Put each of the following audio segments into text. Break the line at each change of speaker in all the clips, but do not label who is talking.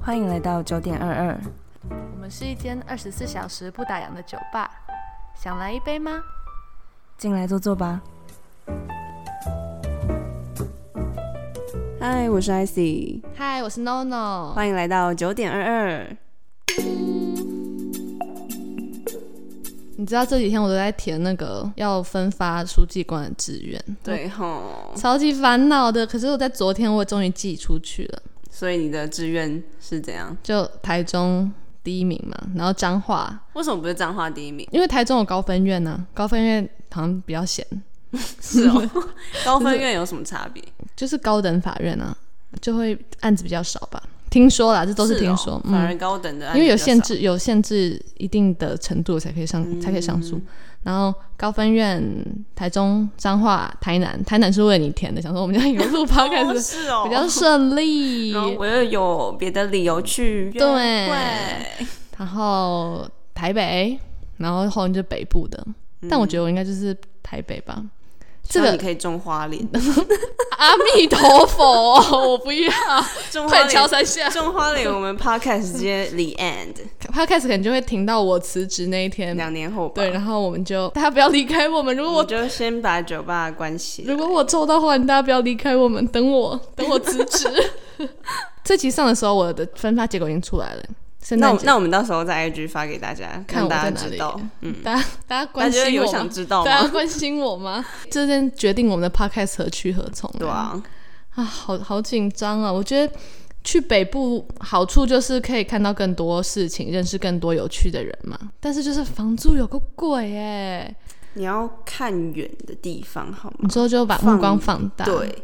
欢迎来到九点二二，
我们是一间二十四小时不打烊的酒吧，想来一杯吗？
进来坐坐吧。嗨，我是 IC，
嗨，我是 NONO。
欢迎来到九点二二。
你知道这几天我都在填那个 要分发书记官的志愿，
对吼，
超级烦恼的。可是我在昨天我终于寄出去了，
所以你的志愿是怎样？
就台中第一名嘛，然后彰化，
为什么不是彰化第一名？
因为台中有高分院呐、高分院好像比较闲，
是哦， 高分院有什么差别？
就是高等法院啊，就会案子比较少吧。听说啦，这都是听说，
哦
嗯，
反而高等的案
因为有
比较
限
少，
制，有限制一定的程度才可以上，
嗯
才可以上诉。然后高分院、台中、彰化、台南，台南是为你填的，想说我们家有 录 p 开
哦
o
是哦，
比较顺利。
然后我又有别的理由去约
对
会，
然后台北，然后后面就北部的，但我觉得我应该就是台北吧。
嗯
这
希望
个
你可以种花莲，
阿弥陀佛、我不 要，
种花
快敲
莲，
三下。
种花莲，我们 podcast 直接 the end，
他开始可能就会停到我辞职那一天，
两年后吧，
对，然后我们就大家不要离开我们，如果
我
我
就先把酒吧关起来。
如果我抽到话，你大家不要离开我们，等我， 等我辞职。这集上的时候，我的分发结果已经出来了。圣
那
诞
我
节
那我们到时候在 IG 发给大家，
看
让
我
大
在
家
哪
知
里
道。嗯，
大家大家
大
关
家
心
有
我吗
想？知道
大家
吗？
关心我吗？这件决定我们的 podcast 何去何从。
对啊，
啊，好好紧张啊！我觉得去北部好处就是可以看到更多事情，认识更多有趣的人嘛。但是就是房租有个贵哎，
你要看远的地方好吗？
你说就把目光放大，，
对，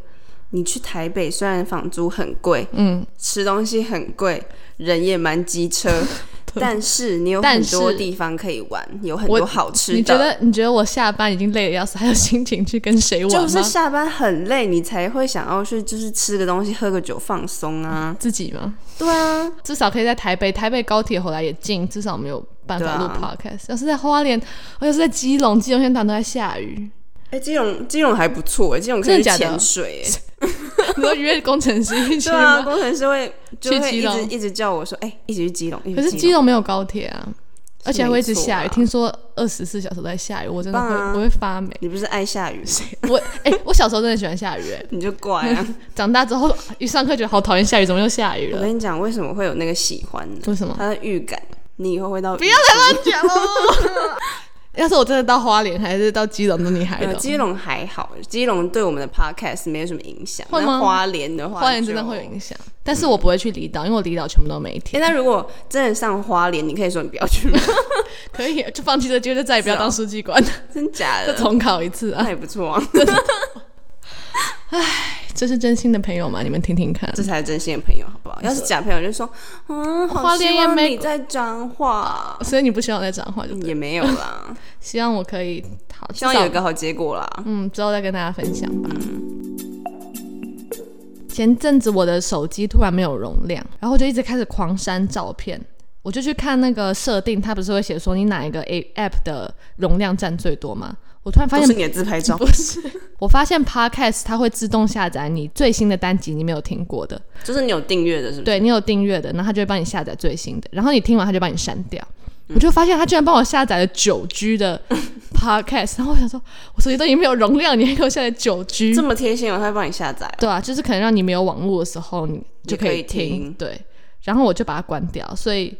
你去台北虽然房租很贵，
嗯，
吃东西很贵，人也蛮机 车，但是你有
但
很多
是
地方可以玩，有很
我
多好吃的。
你觉得你觉得我下班已经累得要死，还有心情去跟谁玩吗？
就是下班很累，你才会想要去就是吃个东西、喝个酒放松啊？
自己吗？
对啊，
至少可以在台北，台北高铁回来也近，至少我们有办法录
对啊
podcast。要是在花莲，我要是在基隆，基隆现在常都在下 雨。
哎、基隆基隆还不错哎、基隆可
真
以
的
去
假的
潜水哎、
你说约工程师一起
对啊，
吗？
工程师会就
去
会
基
一直
隆
一直叫我说，哎、一起去基隆，一起
可是
去
基隆没有高铁啊，而且还会一直下
没
雨。
错啊
听说二十四小时都在下雨，我真的会、
很棒啊
我会发霉。
你不是爱下雨吗？
我 哎、我小时候真的喜欢下雨、哎，
你就怪 啊！
长大之后一上课觉得好讨厌下雨，怎么又下雨
我
了？
跟你讲，为什么会有那个喜欢呢？
为什么？
他的预感，你以后会到不
不要再乱讲
哦
了。 要是我真的到花莲还是到基隆，那你还的
呃基隆还好，基隆对我们的 podcast 没有什么影响。
会吗
那花莲的话，
花莲真的会有。影响，但是我不会去离岛，因为我离岛全部都没
哎、
填。
那如果真的上花莲，你可以说你不要去吗？
可以啊就放弃这机会，就再也不要
是哦
当书记官，
真假
再
的？
重考一次啊
那！也不错啊，
这是真心的朋友嘛？你们听听看。
这才是真心的朋友，好不好？要是假朋友就说，嗯，好
花莲
希望
也没
你在彰化，
所以你不希望我再讲话就对，
也没有 啦，
希望我可以好，
嗯希望有一
至少
个好结果啦。
嗯，之后再跟大家分享吧。前阵子我的手机突然没有容量，然后我就一直开始狂删照片。我就去看那个设定，它不是会写说你哪一个 A app 的容量占最多吗？我突然发
都
现
是你的自拍照，
不是，我发现 Podcast 它会自动下载你最新的单集，你没有听过的，
就是你有订阅的，是不是？
对你有订阅的，然后它就会帮你下载最新的，然后你听完它就帮你删掉。
嗯
我就发现它居然帮我下载了九 G 的 Podcast，然后我想说，我手机都已经没有容量，你还给我下载九 G，
这么贴心哦，他会帮你下载哦。
对啊，就是可能让你没有网络的时候，你就
可以
以听。
听
对，然后我就把它关掉，所以。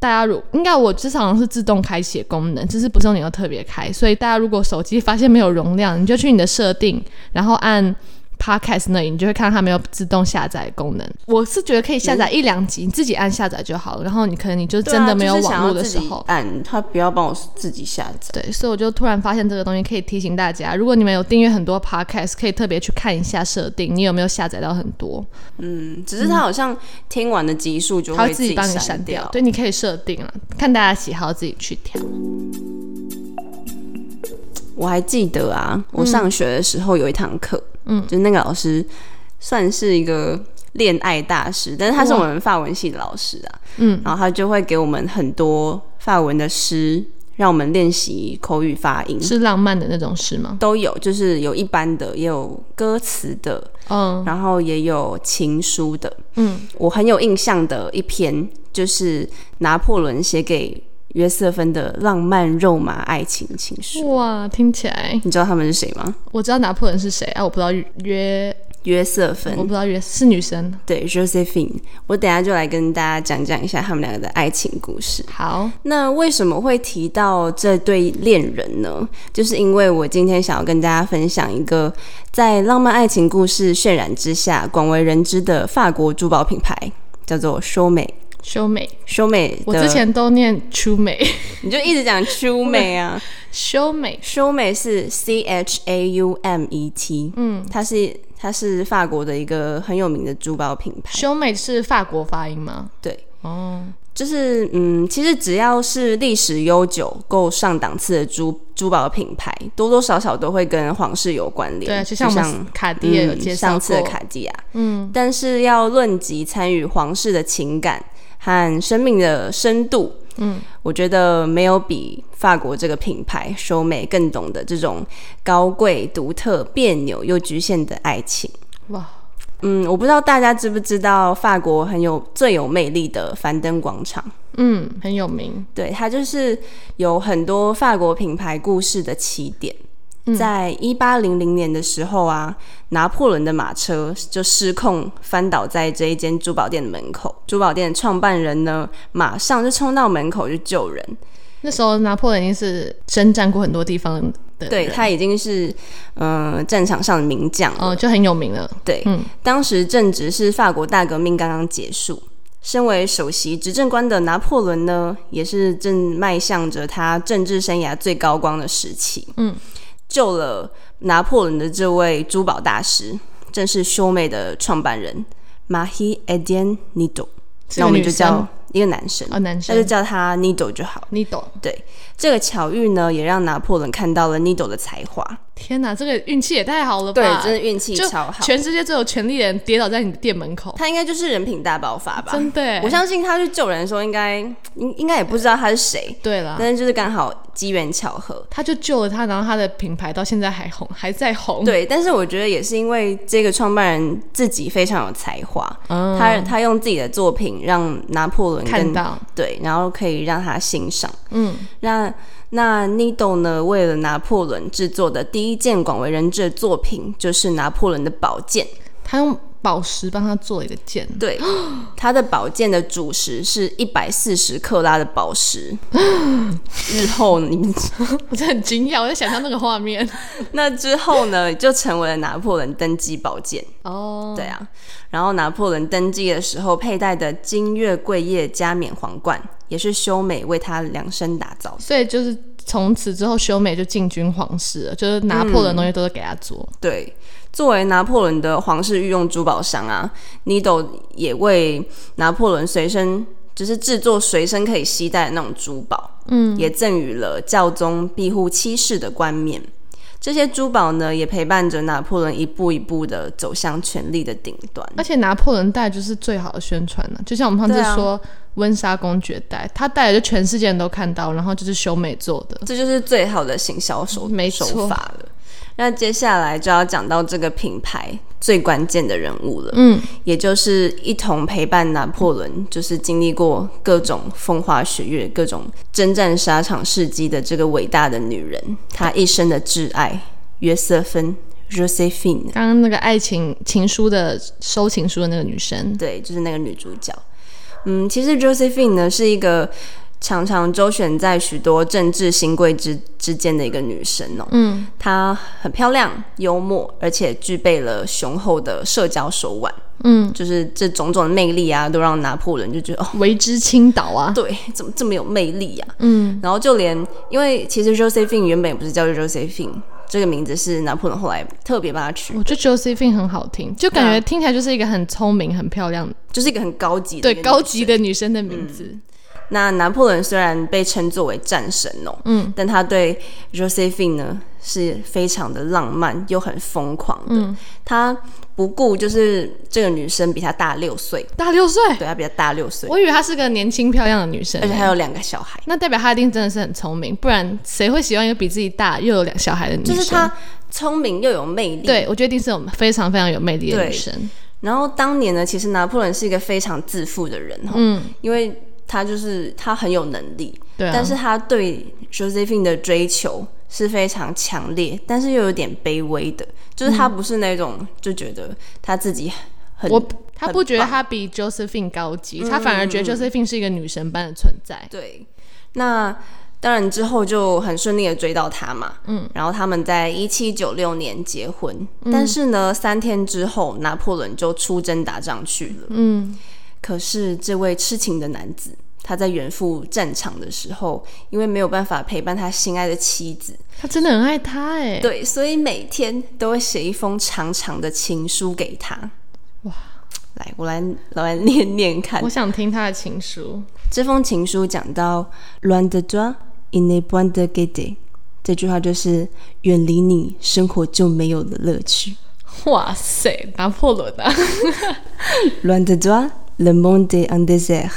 大家如应该我至少好像是自动开启的功能，只是不是你要特别开。所以大家如果手机发现没有容量，你就去你的设定，然后按 Podcast 那里，你就会看到它没有自动下载的功能。我是觉得可以下载一两集，你自己按下载就好了。然后你可能你就
嗯对啊
真的没有
就是想
网
要
络的
自
时
己
候，
按他不要帮我自己下载。
对，所以我就突然发现这个东西可以提醒大家，如果你们有订阅很多 podcast，可以特别去看一下设定，你有没有下载到很多，
嗯，只是他好像听完的集数就
它
会
会自己帮你
删
删掉。对，你可以设定啊，看大家喜好自己去调。
我还记得啊，我上学的时候有一堂课，嗯，就那个老师算是一个恋爱大师，但是他是我们法文系的老师啊，
嗯，
然后他就会给我们很多法文的诗。让我们练习口语发音，
是浪漫的那种诗吗？
都有，就是有一般的，也有歌词的，
嗯
然后也有情书的。
嗯
我很有印象的一篇，就是拿破仑写给约瑟芬的浪漫肉麻爱情情书。
哇，听起来
你知道他们是谁吗？
我知道拿破仑是谁啊，我不知道约，
约瑟
我不
芬，
知道约是女生。
对，Josephine。我等一下就来跟大家讲讲一下他们两个的爱情故事。
好，
那为什么会提到这对恋人呢？就是因为我今天想要跟大家分享一个在浪漫爱情故事渲染之下广为人知的法国珠宝品牌，叫做修美。
修美，
修美的，
我之前都念初美，
你就一直讲修美啊，
修美，
修美是 C H A U M E T，
嗯，
它是它是法国的一个很有名的珠宝品牌，
修美是法国发音吗？
对。
哦，
就是嗯，其实只要是历史悠久、够上档次的珠珠宝品牌，多多少少都会跟皇室有关联。
对啊，就像我们卡地亚有介
嗯、
绍
上次的
过，
卡地亚，
嗯，
但是要论及参与皇室的情感和生命的深度，
嗯，
我觉得没有比法国这个品牌首美更懂得这种高贵、独特、别扭又局限的爱情。
哇，
嗯，我不知道大家知不知道法国很有最有魅力的凡登广场。
嗯，很有名，
对，它就是有很多法国品牌故事的起点。在一八零零年的时候啊，拿破仑的马车就失控翻倒在这一间珠宝店的门口。珠宝店的创办人呢，马上就冲到门口去救人。
那时候拿破仑已经是征战过很多地方的，
对，他已经是嗯、呃战场上的名将了。
哦、就很有名了。
对，
嗯
当时正值是法国大革命刚刚结束，身为首席执政官的拿破仑呢，也是正迈向着他政治生涯最高光的时期。
嗯，
救了拿破仑的这位珠宝大师，正是修妹的创办人马 a h i Etienne Nido，
是
那我
个
们
女
就
生
叫一个男生，
哦，男
那就
生，
叫他 Nido 就好。
你懂？
对，这个巧遇呢，也让拿破仑看到了 Nido 的才华。
天哪，这个运气也太好了
对
吧！，
真的运气
就
超好。
全世界最有权力的人跌倒在你的店门口，
他应该就是人品大爆发吧？
真的耶。
我相信他去救人的时候应该应应该也不知道他是谁，
对啦，
但是就是刚好机缘巧合。
他就救了他，然后他的品牌到现在还红，还在红。，
对，但是我觉得也是因为这个创办人自己非常有才华，
嗯，
他他用自己的作品让拿破仑
看
跟
到，
对，然后可以让他欣赏。
嗯，
那那 Nido 呢，为了拿破仑制作的第一件广为人知的作品就是拿破仑的宝剑。
他用宝石帮他做了一个剑，
对，它的宝剑的主石是一百四十克拉的宝 石。日后你们
我真的很惊讶，我在想象那个画 面。
那之后呢，就成为了拿破仑登基宝剑。
哦，
对啊，然后拿破仑登基的时候佩戴的金月桂叶加冕皇冠，也是修美为他量身打造的。
所以就是从此之后，修美就进军皇室了，就是拿破仑的东西都是给他做。
对，作为拿破仑的皇室御用珠宝商啊，Nido 也为拿破仑随身。就是制作随身可以携带的那种珠宝，嗯，也赠予了教宗庇护七世的冠冕。这些珠宝呢，也陪伴着拿破仑一步一步的走向权力的顶端。
而且拿破仑戴就是最好的宣传了、就像我们上
对
次
啊
说温莎公爵戴，他戴的就全世界人都看到，然后就是修美做的。
这就是最好的行销手
嗯没错
手法了。那接下来就要讲到这个品牌最关键的人物了，
嗯，
也就是一同陪伴拿破仑，就是经历过各种风花雪月、各种征战沙场事迹的这个伟大的女人，她一生的挚爱约瑟芬 （Josephine），
刚刚那个爱情情书的收情书的那个女生，
对，就是那个女主角。嗯，其实 Josephine 呢是一个常常周旋在许多政治新贵之之间的一个女神哦，
嗯，
她很漂亮、幽默，而且具备了雄厚的社交手腕。
嗯，
就是这种种的魅力啊，都让拿破仑就觉得哦，
为之倾倒啊，
对，怎么这么有魅力呀、啊？
嗯，
然后就连，因为其实 Josephine 原本也不是叫 Josephine，这个名字是拿破仑后来特别帮她取，
我觉得 Josephine 很好听，就感
啊
觉听起来就是一个很聪明、很漂亮、
就是一个很高级的一
对
个
高
女
级
生。
的女生的名字。
那拿破仑虽然被称作为战神哦、
嗯
但他对 Josephine 呢是非常的浪漫又很疯狂的。
嗯，
他不顾就是这个女生比他大六岁，
大六岁，
对他比他大六岁，
哎我以为她是个年轻漂亮的女生欸
而且，还有两个小孩。
那代表她一定真的是很聪明，不然谁会喜欢一个比自己大又有两小孩的女
就
生？
是她聪明又有魅力。，
对我觉得一定是有非常非常有魅力的
对
女生。
然后当年呢，其实拿破仑是一个非常自负的人哈、
嗯，
因为他就是他很有能力，
对啊，
但是他对 Josephine 的追求是非常强烈，但是又有点卑微的，就是他不是那种、就觉得他自己很
嗯我他不觉得
很棒嗯
她比 Josephine 高级，她反而觉得 Josephine 是一个女神般的存在。
对，那当然之后就很顺利的追到他嘛，嗯，然后他们在一七九六年结婚，
嗯
但是呢，三天之后拿破仑就出征打仗去了，
嗯，
可是这位痴情的男子。他在远赴战场的时候，因为没有办法陪伴他心爱的妻子，
她真的很爱他哎、
对，所以每天都会写一封长长的情书给他。
哇，
来，我来，我来念念看
我。想听她的情书。
这封情书讲到 “loin de toi, il n'est point de gaieté”，这句话就是远离你，生活就没有了乐趣。
哇塞，拿破仑啊！
“loin de toi, le monde est un désert”，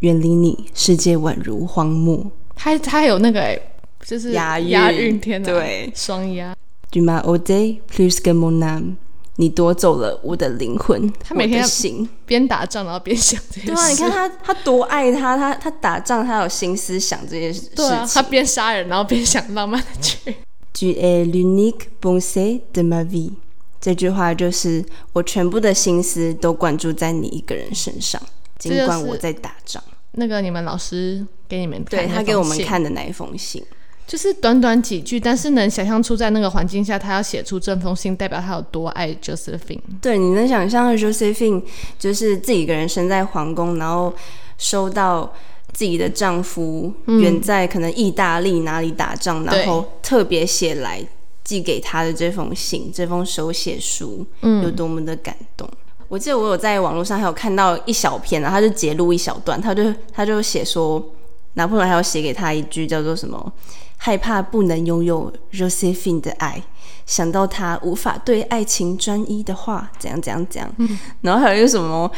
远离你，世界宛如荒漠。
他他有那个、欸，就是
押韵
押韵，天哪，
对
双押。
Tu m'as ôté plus que mon âme，你夺走了我的灵魂，
他每天
我
要
的心。
边打仗然后边想这些
对啊，你
事
看他，他多爱他，他他打仗，他有心思想这些事情。
对啊，他边杀人然后边想浪漫的剧。
Tu es l'unique pensée de ma vie。这句话就是我全部的心思都灌注在你一个人身上，尽
这就是
管我在打仗。
那个你们老师给你们看
对
那
他
封
给我们
信，
看的那一封信，
就是短短几句，但是能想象出在那个环境下，他要写出这封信，代表他有多爱 Josephine。
对，你能想象 Josephine 就是自己一个人身在皇宫，然后收到自己的丈夫远在可能意大利哪里打仗，
对
然后特别写来寄给他的这封信，这封手写书，有
嗯，
多么的感动。我记得我有在网络上还有看到一小篇啊，他就截录一小段，他就他就写说，拿破仑还有写给他一句叫做什么“害怕不能拥有 Josephine 的爱”，想到他无法对爱情专一的话，怎样怎样怎样，
嗯
然后还有一个什么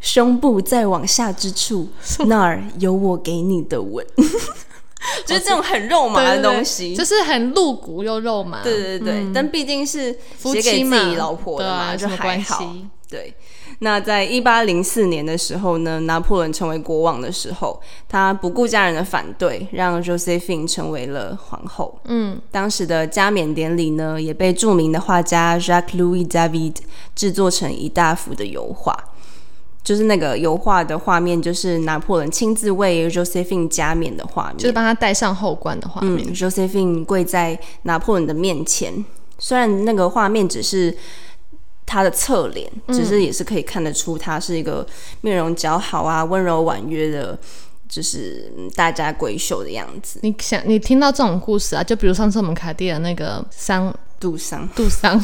胸部再往下之处，那儿有我给你的吻，就是这种很肉麻
对
的
对对
东西，
就是嗯很露骨又肉麻，
对对对，但毕竟是
夫
写
妻
给
嘛
自己老婆
对
的嘛，
啊，
就
什么
还
关
好。
系？
对，那在一八零四年的时候呢，拿破仑成为国王的时候，他不顾家人的反对，让 Josephine 成为了皇后。
嗯，
当时的加冕典礼呢，也被著名的画家 Jacques Louis David 制作成一大幅的油画。就是那个油画的画面，就是拿破仑亲自为 Josephine 加冕的画面，
就是帮他戴上后冠的画面。
嗯，Josephine 跪在拿破仑的面前，虽然那个画面只是他的侧脸，
嗯
只是也是可以看得出他是一个面容姣好啊、温柔婉约的，就是嗯大家闺秀的样子。
你想，你听到这种故事啊，就比如上次我们卡地的那个桑
杜桑，
杜桑、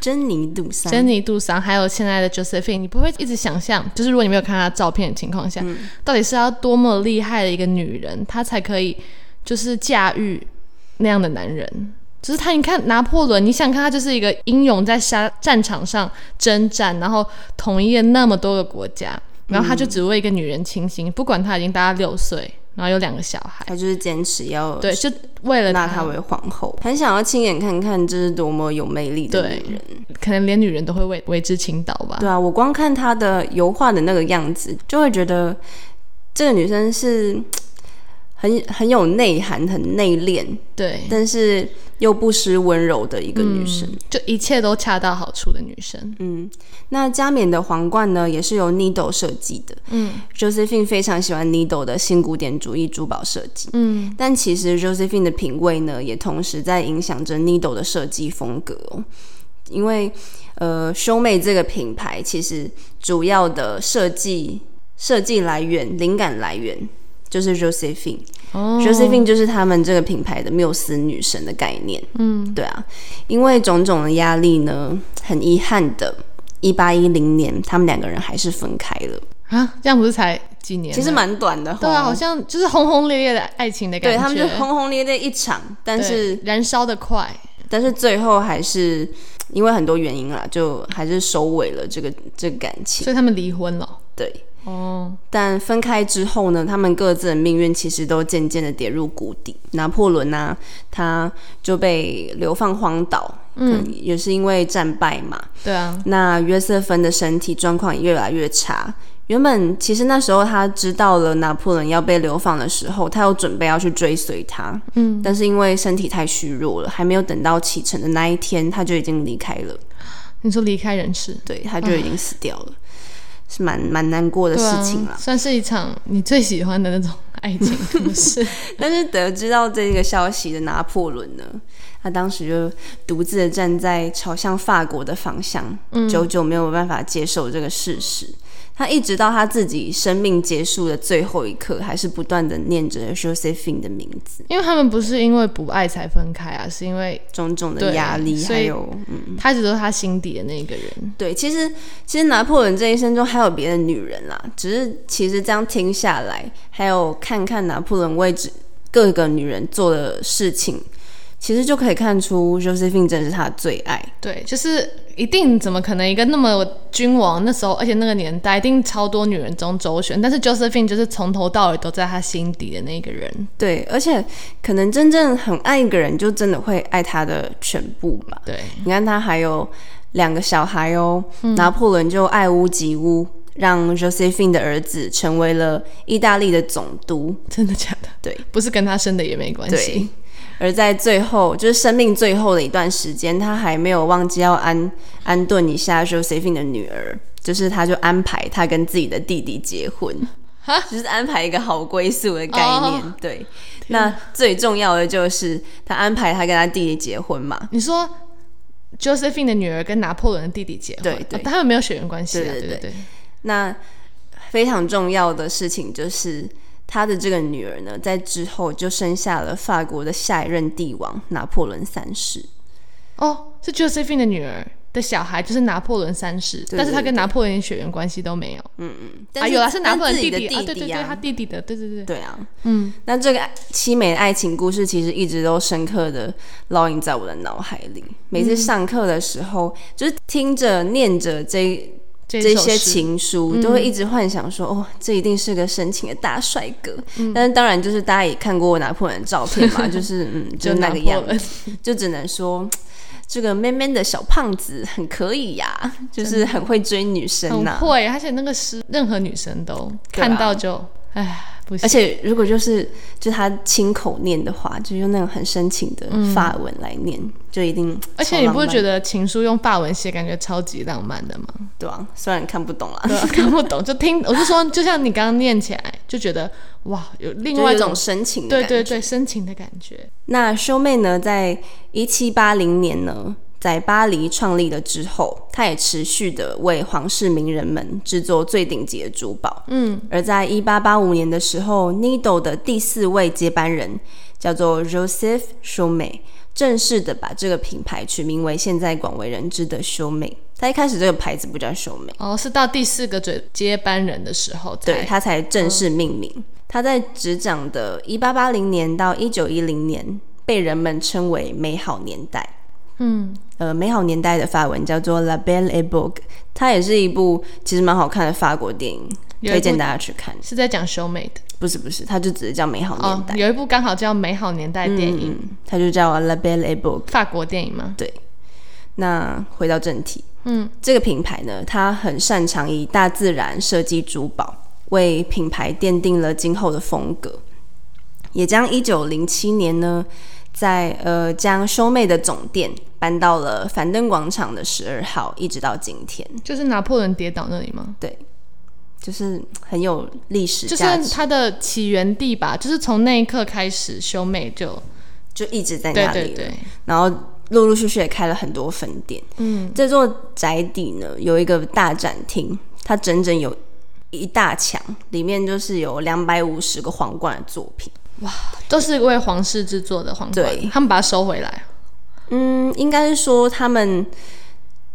珍妮·杜桑，
珍妮杜桑，还有现在的 Josephine，你不会一直想象，就是如果你没有看她的照片的情况下，到底是要多么厉害的一个女人，她才可以就是驾驭那样的男人。就是他，你看拿破仑，你想看他就是一个英勇在沙战场上征战，然后统一了那么多个国家，然后他就只为一个女人倾心，不管他已经大他六岁，然后有两个小孩，
她就是坚持要
对，就为了
纳
她
她为皇后，很想要亲眼看看这是多么有魅力的
对
女人。
可能连女人都会为为之倾倒吧。
对啊，我光看她的油画的那个样子，就会觉得这个女生是很很有内涵、很内敛，
对，
但是又不失温柔的一个女生。
就一切都恰到好处的女生。
嗯那加冕的皇冠呢，也是由 Nido 设计的。
嗯
Josephine 非常喜欢 Nido 的新古典主义珠宝设计，
嗯，
但其实 Josephine 的品味呢，也同时在影响着 Nido 的设计风格哦。因为呃，兄妹这个品牌其实主要的设计设计来源、灵感来源就是
嗯
Josephine。
哦
Josephine 就是他们这个品牌的缪斯女神的概念。
嗯，
对啊，因为种种的压力呢，很遗憾的，一八一零年他们两个人还是分开了。
啊，这样不是才几年了，
其实蛮短的。
对啊，好像就是轰轰烈烈的爱情的感
对
觉。
他们就轰轰烈烈一场，但
对
是
燃烧的快，
但是最后还是因为很多原因啦，就还是收尾了这个这个感情。
所以他们离婚了。
对，
哦，
但分开之后呢，他们各自的命运其实都渐渐的跌入谷底。拿破仑呢、啊他就被流放荒岛，嗯，也是因为战败嘛。
对啊，
那约瑟芬的身体状况也越来越差。原本其实那时候他知道了拿破仑要被流放的时候，他有准备要去追随他，嗯，但是因为身体太虚弱了，还没有等到启程的那一天，他就已经离开了，
你说离开人世，
对，他就已经死掉了，是蛮蛮难过的
对
事
啊
情啦，。
算是一场你最喜欢的那种爱情故 事。
但是得知到这个消息的拿破仑呢，他当时就独自的站在朝向法国的方向，
嗯
久久没有办法接受这个事实。他一直到他自己生命结束的最后一刻，还是不断的念着 Josephine 的名字，
因为他们不是因为不爱才分开啊，是因为
种种的
对
压力，
所以
还有嗯，
他一直都是他心底的那个人。
对，其实其实拿破仑这一生中还有别的女人啦，只是其实这样听下来，还有看看拿破仑为止各个女人做的事情，其实就可以看出 Josephine 真的是他的最爱。
对，就是一定怎么可能一个那么君王那时候，而且那个年代一定超多女人中周旋，但是 Josephine 就是从头到尾都在他心底的那个人。
对，而且可能真正很爱一个人，就真的会爱他的全部吧。
对，
你看他还有两个小孩哦，拿破仑就爱屋及乌，让 Josephine 的儿子成为了意大利的总督。
真的假的？
对，
不是跟他生的也没关
对
系。，
而在最后，就是生命最后的一段时间，他还没有忘记要安安顿一下 Josephine 的女儿，就是他就安排他跟自己的弟弟结婚，就是安排一个好归宿的概念。
哦
对，那最重要的就是他安排他跟他弟弟结婚嘛。
你说 Josephine 的女儿跟拿破仑的弟弟结婚，
对对
哦他们没有血缘关系啊，
对对
对对对。
那非常重要的事情就是。他的这个女儿呢，在之后就生下了法国的下一任帝王拿破仑三世。
哦，是 Josephine 的女儿的小孩，就是拿破仑三世，
对
但是他
对
跟拿破仑血缘关系都没有。
但
啊，有啦，是
但
拿破仑
自己
弟弟
的弟
啊，对对对，他弟弟的，对对对。
对啊，嗯，那这个爱凄美的爱情故事其实一直都深刻的烙印在我的脑海里。每次上课的时候，就是听着念着这
嗯这
这
一首
些
诗嗯
情书，都会一直幻想说，哦，这一定是个深情的大帅哥。
嗯
但是当然，就是大家也看过拿破仑的照片 嘛，就是嗯，
就
就那
拿
个
破
样
仑
子，就只能说。这个 man man 的小胖子很可以呀、就是很会追女生啊
很
呐、
会，而且那个诗，任何女生都
对啊
看到就，哎，不行。
而且如果就是就他亲口念的话，就用那种很深情的法文来念，就一定。
嗯而且你不觉
得
得情书用法文写，感觉超级浪漫的吗？
对啊？虽然看不懂啦，
对啊， 看不懂就听，我是说，就像你刚刚念起来，就觉得哇，有另
就有
外
一
一
种
种，
深情的
对
感觉。
对对，深情的感觉。
那修妹呢，在一七八零年呢，在巴黎创立了之后，她也持续的为皇室名人们制作最顶级的珠宝。
嗯，
而在一八八五年的时候，Nido 的第四位接班人叫做 Joseph s h o m e 正式的把这个品牌取名为现在广为人知的 s h o m e 他一开始这个牌子不叫 s h o m e
哦，是到第四个接接班人的时候才
对他才正式命名。他在执掌的1880年到1910年，被人们称为美好年代。
嗯，
呃，美好年代的法文叫做 La Belle Époque，它也是一部其实蛮好看的法国电影，
有一部
推荐大家去看。
是在讲修妹的。
不是不是，它就只是叫美好年
哦
代。，
有一部刚好叫《美好年代》电影，
嗯，它就叫 La Belle Époque。
法国电影吗？
对，那回到正题，
嗯，
这个品牌呢，它很擅长以大自然设计珠宝，为品牌奠定了今后的风格，也将一九零七年呢，在呃将修妹的总店搬到了樊登广场的十二号，一直到今天，
就是拿破仑跌倒那里吗？
对，就是很有历史
就是
价值，
它的起源地吧，就是从那一刻开始，修妹就
就一直在
对
那里了。
对对，
然后陆陆续续也开了很多分店。嗯，这座宅邸呢有一个大展厅，它整整有一大墙，里面就是有两百五十个皇冠的作品。
都是为皇室制作的皇冠
对，
他们把它收回来。
嗯，应该是说他们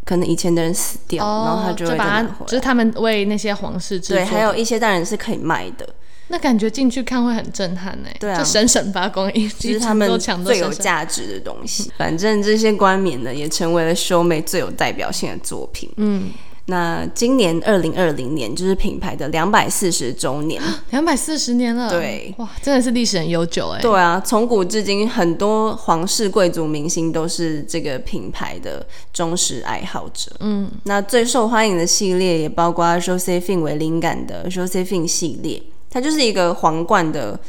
可能以前的人死掉，然后他
哦就
会再
把
拿
它
回来。
就是他们为那些皇室制作
对，
的，
还有一些当然是可以卖的，
那感觉进去看会很震撼哎、
对啊
就闪闪发光，一
就
直
是他
都
们
抢都
最有
闪闪
价值的东西。反正这些冠冕呢，也成为了修妹最有代表性的作品。
嗯，
那今年二零二零年就是品牌的两百四十周年，
两百四十年了，
对
哇，真的是历史很悠久哎、
对啊，从古至今，很多皇室贵族明星都是这个品牌的忠实爱好者。
嗯，
那最受欢迎的系列也包括 Josephine 为灵感的 Josephine 系列，它就是一个皇冠的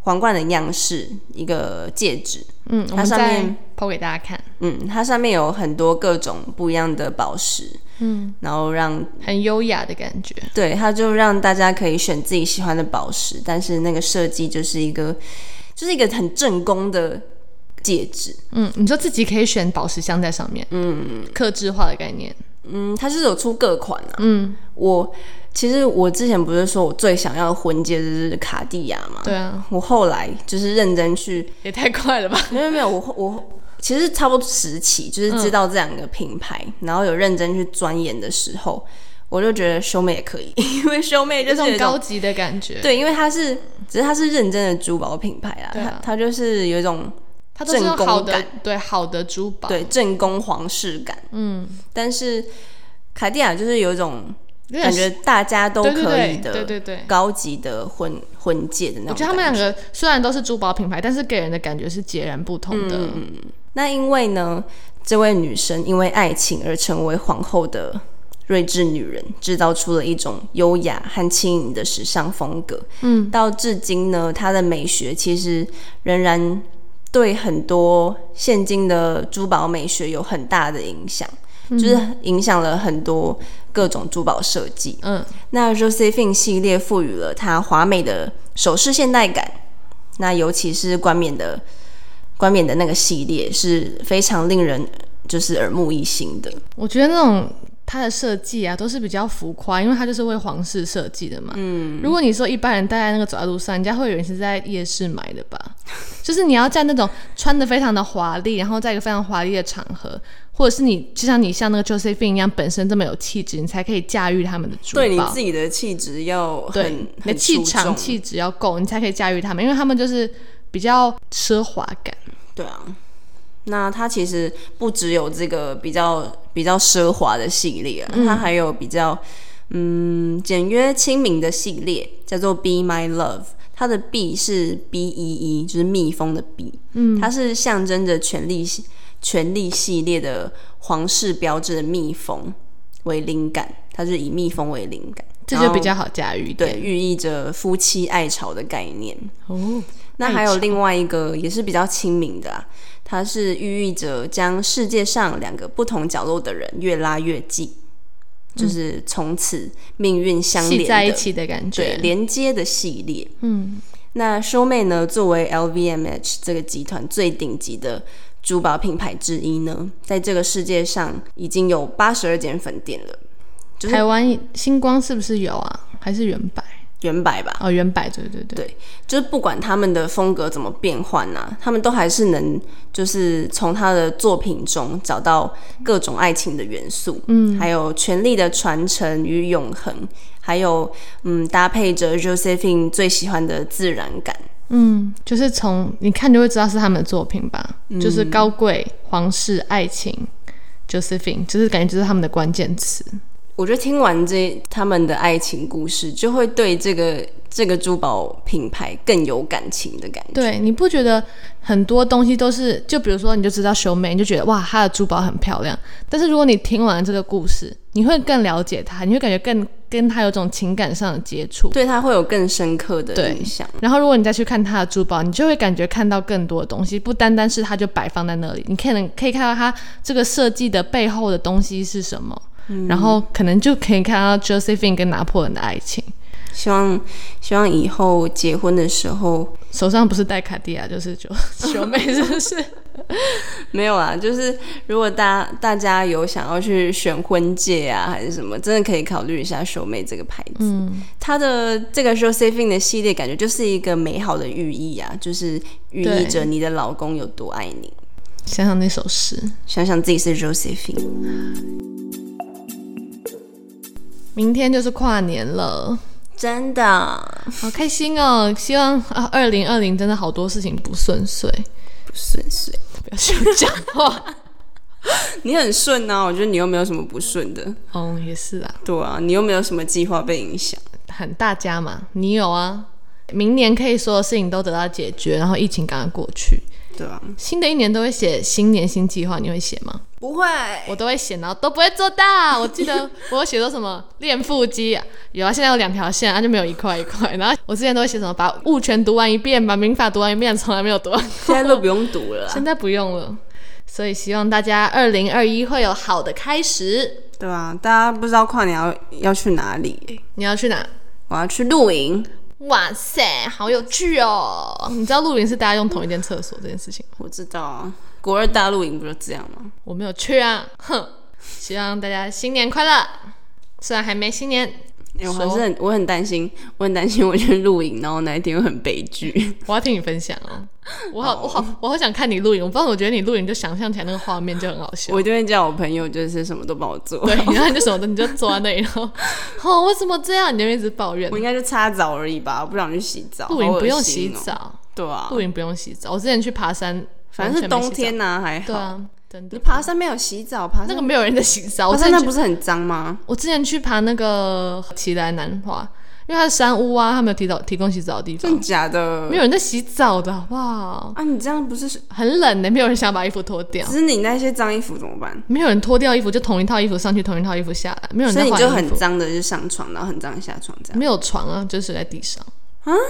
皇冠的样式，一个戒指。
嗯，我
它
们
上
再
面
抛给大家看，
嗯，它上面有很多各种不一样的宝石，嗯，然后让
很优雅的感觉，
对，它就让大家可以选自己喜欢的宝石，但是那个设计就是一个就是一个很正宫的戒指，
嗯，你说自己可以选宝石镶在上面，嗯，克制化的概念，
嗯，它就是有出各款啊。
嗯，
我其实我之前不是说我最想要的婚戒就是卡地亚嘛，
对啊，
我后来就是认真去，
也太快了吧，
没有没有，我后我其实差不多时期就是知道这两个品牌，
嗯
然后有认真去钻研的时候，我就觉得修妹也可以， 因为修妹哎就
这
是
种
有一种
高级的感觉，，
对，因为它是只是它是认真的珠宝品牌啦，
对啊
它它就是有一种
它都是用
正宫
好的
感，
对，好的珠宝，
对正宫皇室感，
嗯，
但是卡地亚就是有一种
有点
感觉大家都
对对
可以
对
的，
对对对。
高级的婚婚戒的那种。
我觉得他们两。个虽然都是珠宝品牌，但是给人的感觉是截然不同
嗯
的。
那因为呢，这位女生因为爱情而成为皇后的睿智女人，制造出了一种优雅和轻盈的时尚风格。
嗯，
到至今呢，她的美学其实仍然对很多现今的珠宝美学有很大的影响。
嗯
就是影响了很多各种珠宝设计。
嗯，
那 Josephine 系列赋予了它华美的首饰现代感，那尤其是冠冕的冠冕的那个系列是非常令人就是耳目一新的。
我觉得那种它的设计啊，都是比较浮夸，因为它就是为皇室设计的嘛。嗯，如果你说一般人戴在那个走在路上，人家会以为是在夜市买的吧？ 就是你要在那种穿的非常的华丽，然后在一个非常华丽的场合，或者是你就像你像那个 Josephine 一样，本身这么有气质，你才可以驾驭他们的珠宝。
己的气质要
对，你的气场、气质要够，你才可以驾驭他们，因为他们就是比较奢华感。
对啊。那它其实不只有这个比较比较奢华的系列、啊，它还有比较嗯简约亲民的系列，叫做 Be My Love。它的 B 是 B E E，就是蜜蜂的 B，嗯，它是象征着权力系权力系列的皇室标志的蜜蜂为灵感，它是以蜜蜂为灵感，
这就比
然后
较好驾驭一点。
哦对寓意着夫妻爱巢的概念。
哦，
那还有另外一个也是比较亲民的啦，它是寓意着将世界上两个不同角落的人越拉越近，就是从此命运相
嗯
连
系
的
在一起的感觉。
对连接的系列。
嗯，
那修妹呢，作为 LVMH 这个集团最顶级的珠宝品牌之一呢，在这个世界上已经有八十二间分店了，就是
台湾星光是不是有啊？还是原版？
原百吧。
哦，原版，对对对。
对就是不管他们的风格怎么变换啊，他们都还是能就是从他的作品中找到各种爱情的元素，嗯，还有权力的传承与永恒，还有嗯搭配着 Josephine 最喜欢的自然感，
嗯，就是从你看就会知道是他们的作品吧，就是高贵、皇室、爱情、Josephine，就是感觉就是他们的关键词。
我觉得听完这他们的爱情故事，就会对这个这个珠宝品牌更有感情的感觉。
对，你不觉得很多东西都是，就比如说你就知道修妹，你就觉得哇，她的珠宝很漂亮。但是如果你听完了这个故事，你会更了解她，你会感觉更跟她有种情感上的接触。
对他会有更深刻的
对
印象。
然后，如果你再去看她的珠宝，你就会感觉看到更多的东西，不单单是它就摆放在那里，你可能可以看到它这个设计的背后的东西是什么，然后可能就可以看到 Josephine 跟拿破仑的爱情。
希望希望以后结婚的时候，
手上不是戴卡地亚，就是就修妹，是不是？
没有啦，就是如果大大家有想要去选婚戒啊，还是什么，真的可以考虑一下秀妹这个牌子。
嗯，
它的这个 Josephine 的系列，感觉就是一个美好的寓意啊，就是寓意着你的老公有多爱你。
想想那首诗，
想想自己是 Josephine，
明天就是跨年了，
真的
好开心哦！希望啊，二零二零真的好多事情不顺遂，
不顺遂。
不要学讲话。
你很顺啊，我觉得你又没有什么不顺的，
哦，也是啦，
对啊，你又没有什么计划被影响。
喊大家嘛，你有啊，明年可以所有事情都得到解决，然后疫情赶快过去。
对啊，
新的一年都会写新年新计划，你会 写吗？
不会，
我都会写，然后都不会做到。我记得 我有写说什么练腹肌、啊，有啊，现在有两条线，啊就没有一块一块。然后我之前都会写什么把物权读完一遍，把民法读完一遍，从来没有读完。
现在都不用读了啦，啊
现在不用了，所以希望大家二零二一会有好的开始。
对啊，大家不知道跨年要要去哪里欸、
你要去哪？
我要去露营，
哇塞，好有趣哦！你知道露营是大家用同一间厕所这件事情吗？
我知道啊，国二大露营不就这样吗？
我没有去啊，哼！希望大家新年快乐，虽然还没新年，
哎，我还
说
是很我很担心，我很担心我去露营，然后那一天会很悲剧。
我要听你分享哦。我好，我好，我好想看你录影。我不知道，我觉得你录影就想象起来那个画面就很好笑。
我就会叫我朋友，就是什么都帮我做。
啊 对，然后你就什么的，你就坐在那里，然后 哦，为什么这样？你就一直抱怨
我。应该就擦澡而已吧，我不想去洗澡。
露营
好恶
不用洗
心哦，
澡，
对啊，
露营不用洗澡。我之前去爬山，
反正是
完全没
冬
洗澡，
天呐、还好。
对啊，真的
你爬山没有洗澡，爬山
那个没有人在洗澡。我
爬
之前
山那
去
不是很脏吗？
我之前去爬那个奇莱南华，因为它是山屋啊，它没有提到提供洗澡的地
真
方，
的假的？
啊没有人在洗澡的好不好？
啊，你这样不是？只
很冷的、没有人想把衣服脱掉，
是你那些脏衣服怎么办？
没有人脱掉衣服，就同一套衣服上去，同一套衣服下来，没有人
所
在
以你
换
就
衣
很
服，
脏的就上床，然后很脏地下床这样。
没有床啊，就是睡在地上，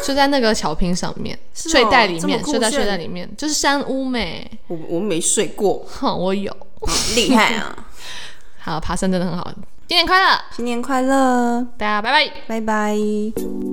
就在那个草坪上面，
啊是哦
睡袋里
这么
面，
酷
睡在
炫
睡袋里面，就是山屋 美，
我我没睡过，
哼，我有，
厉害啊！
好，爬山真的很好，新年快乐，
新年快乐，
大家拜拜。
拜拜。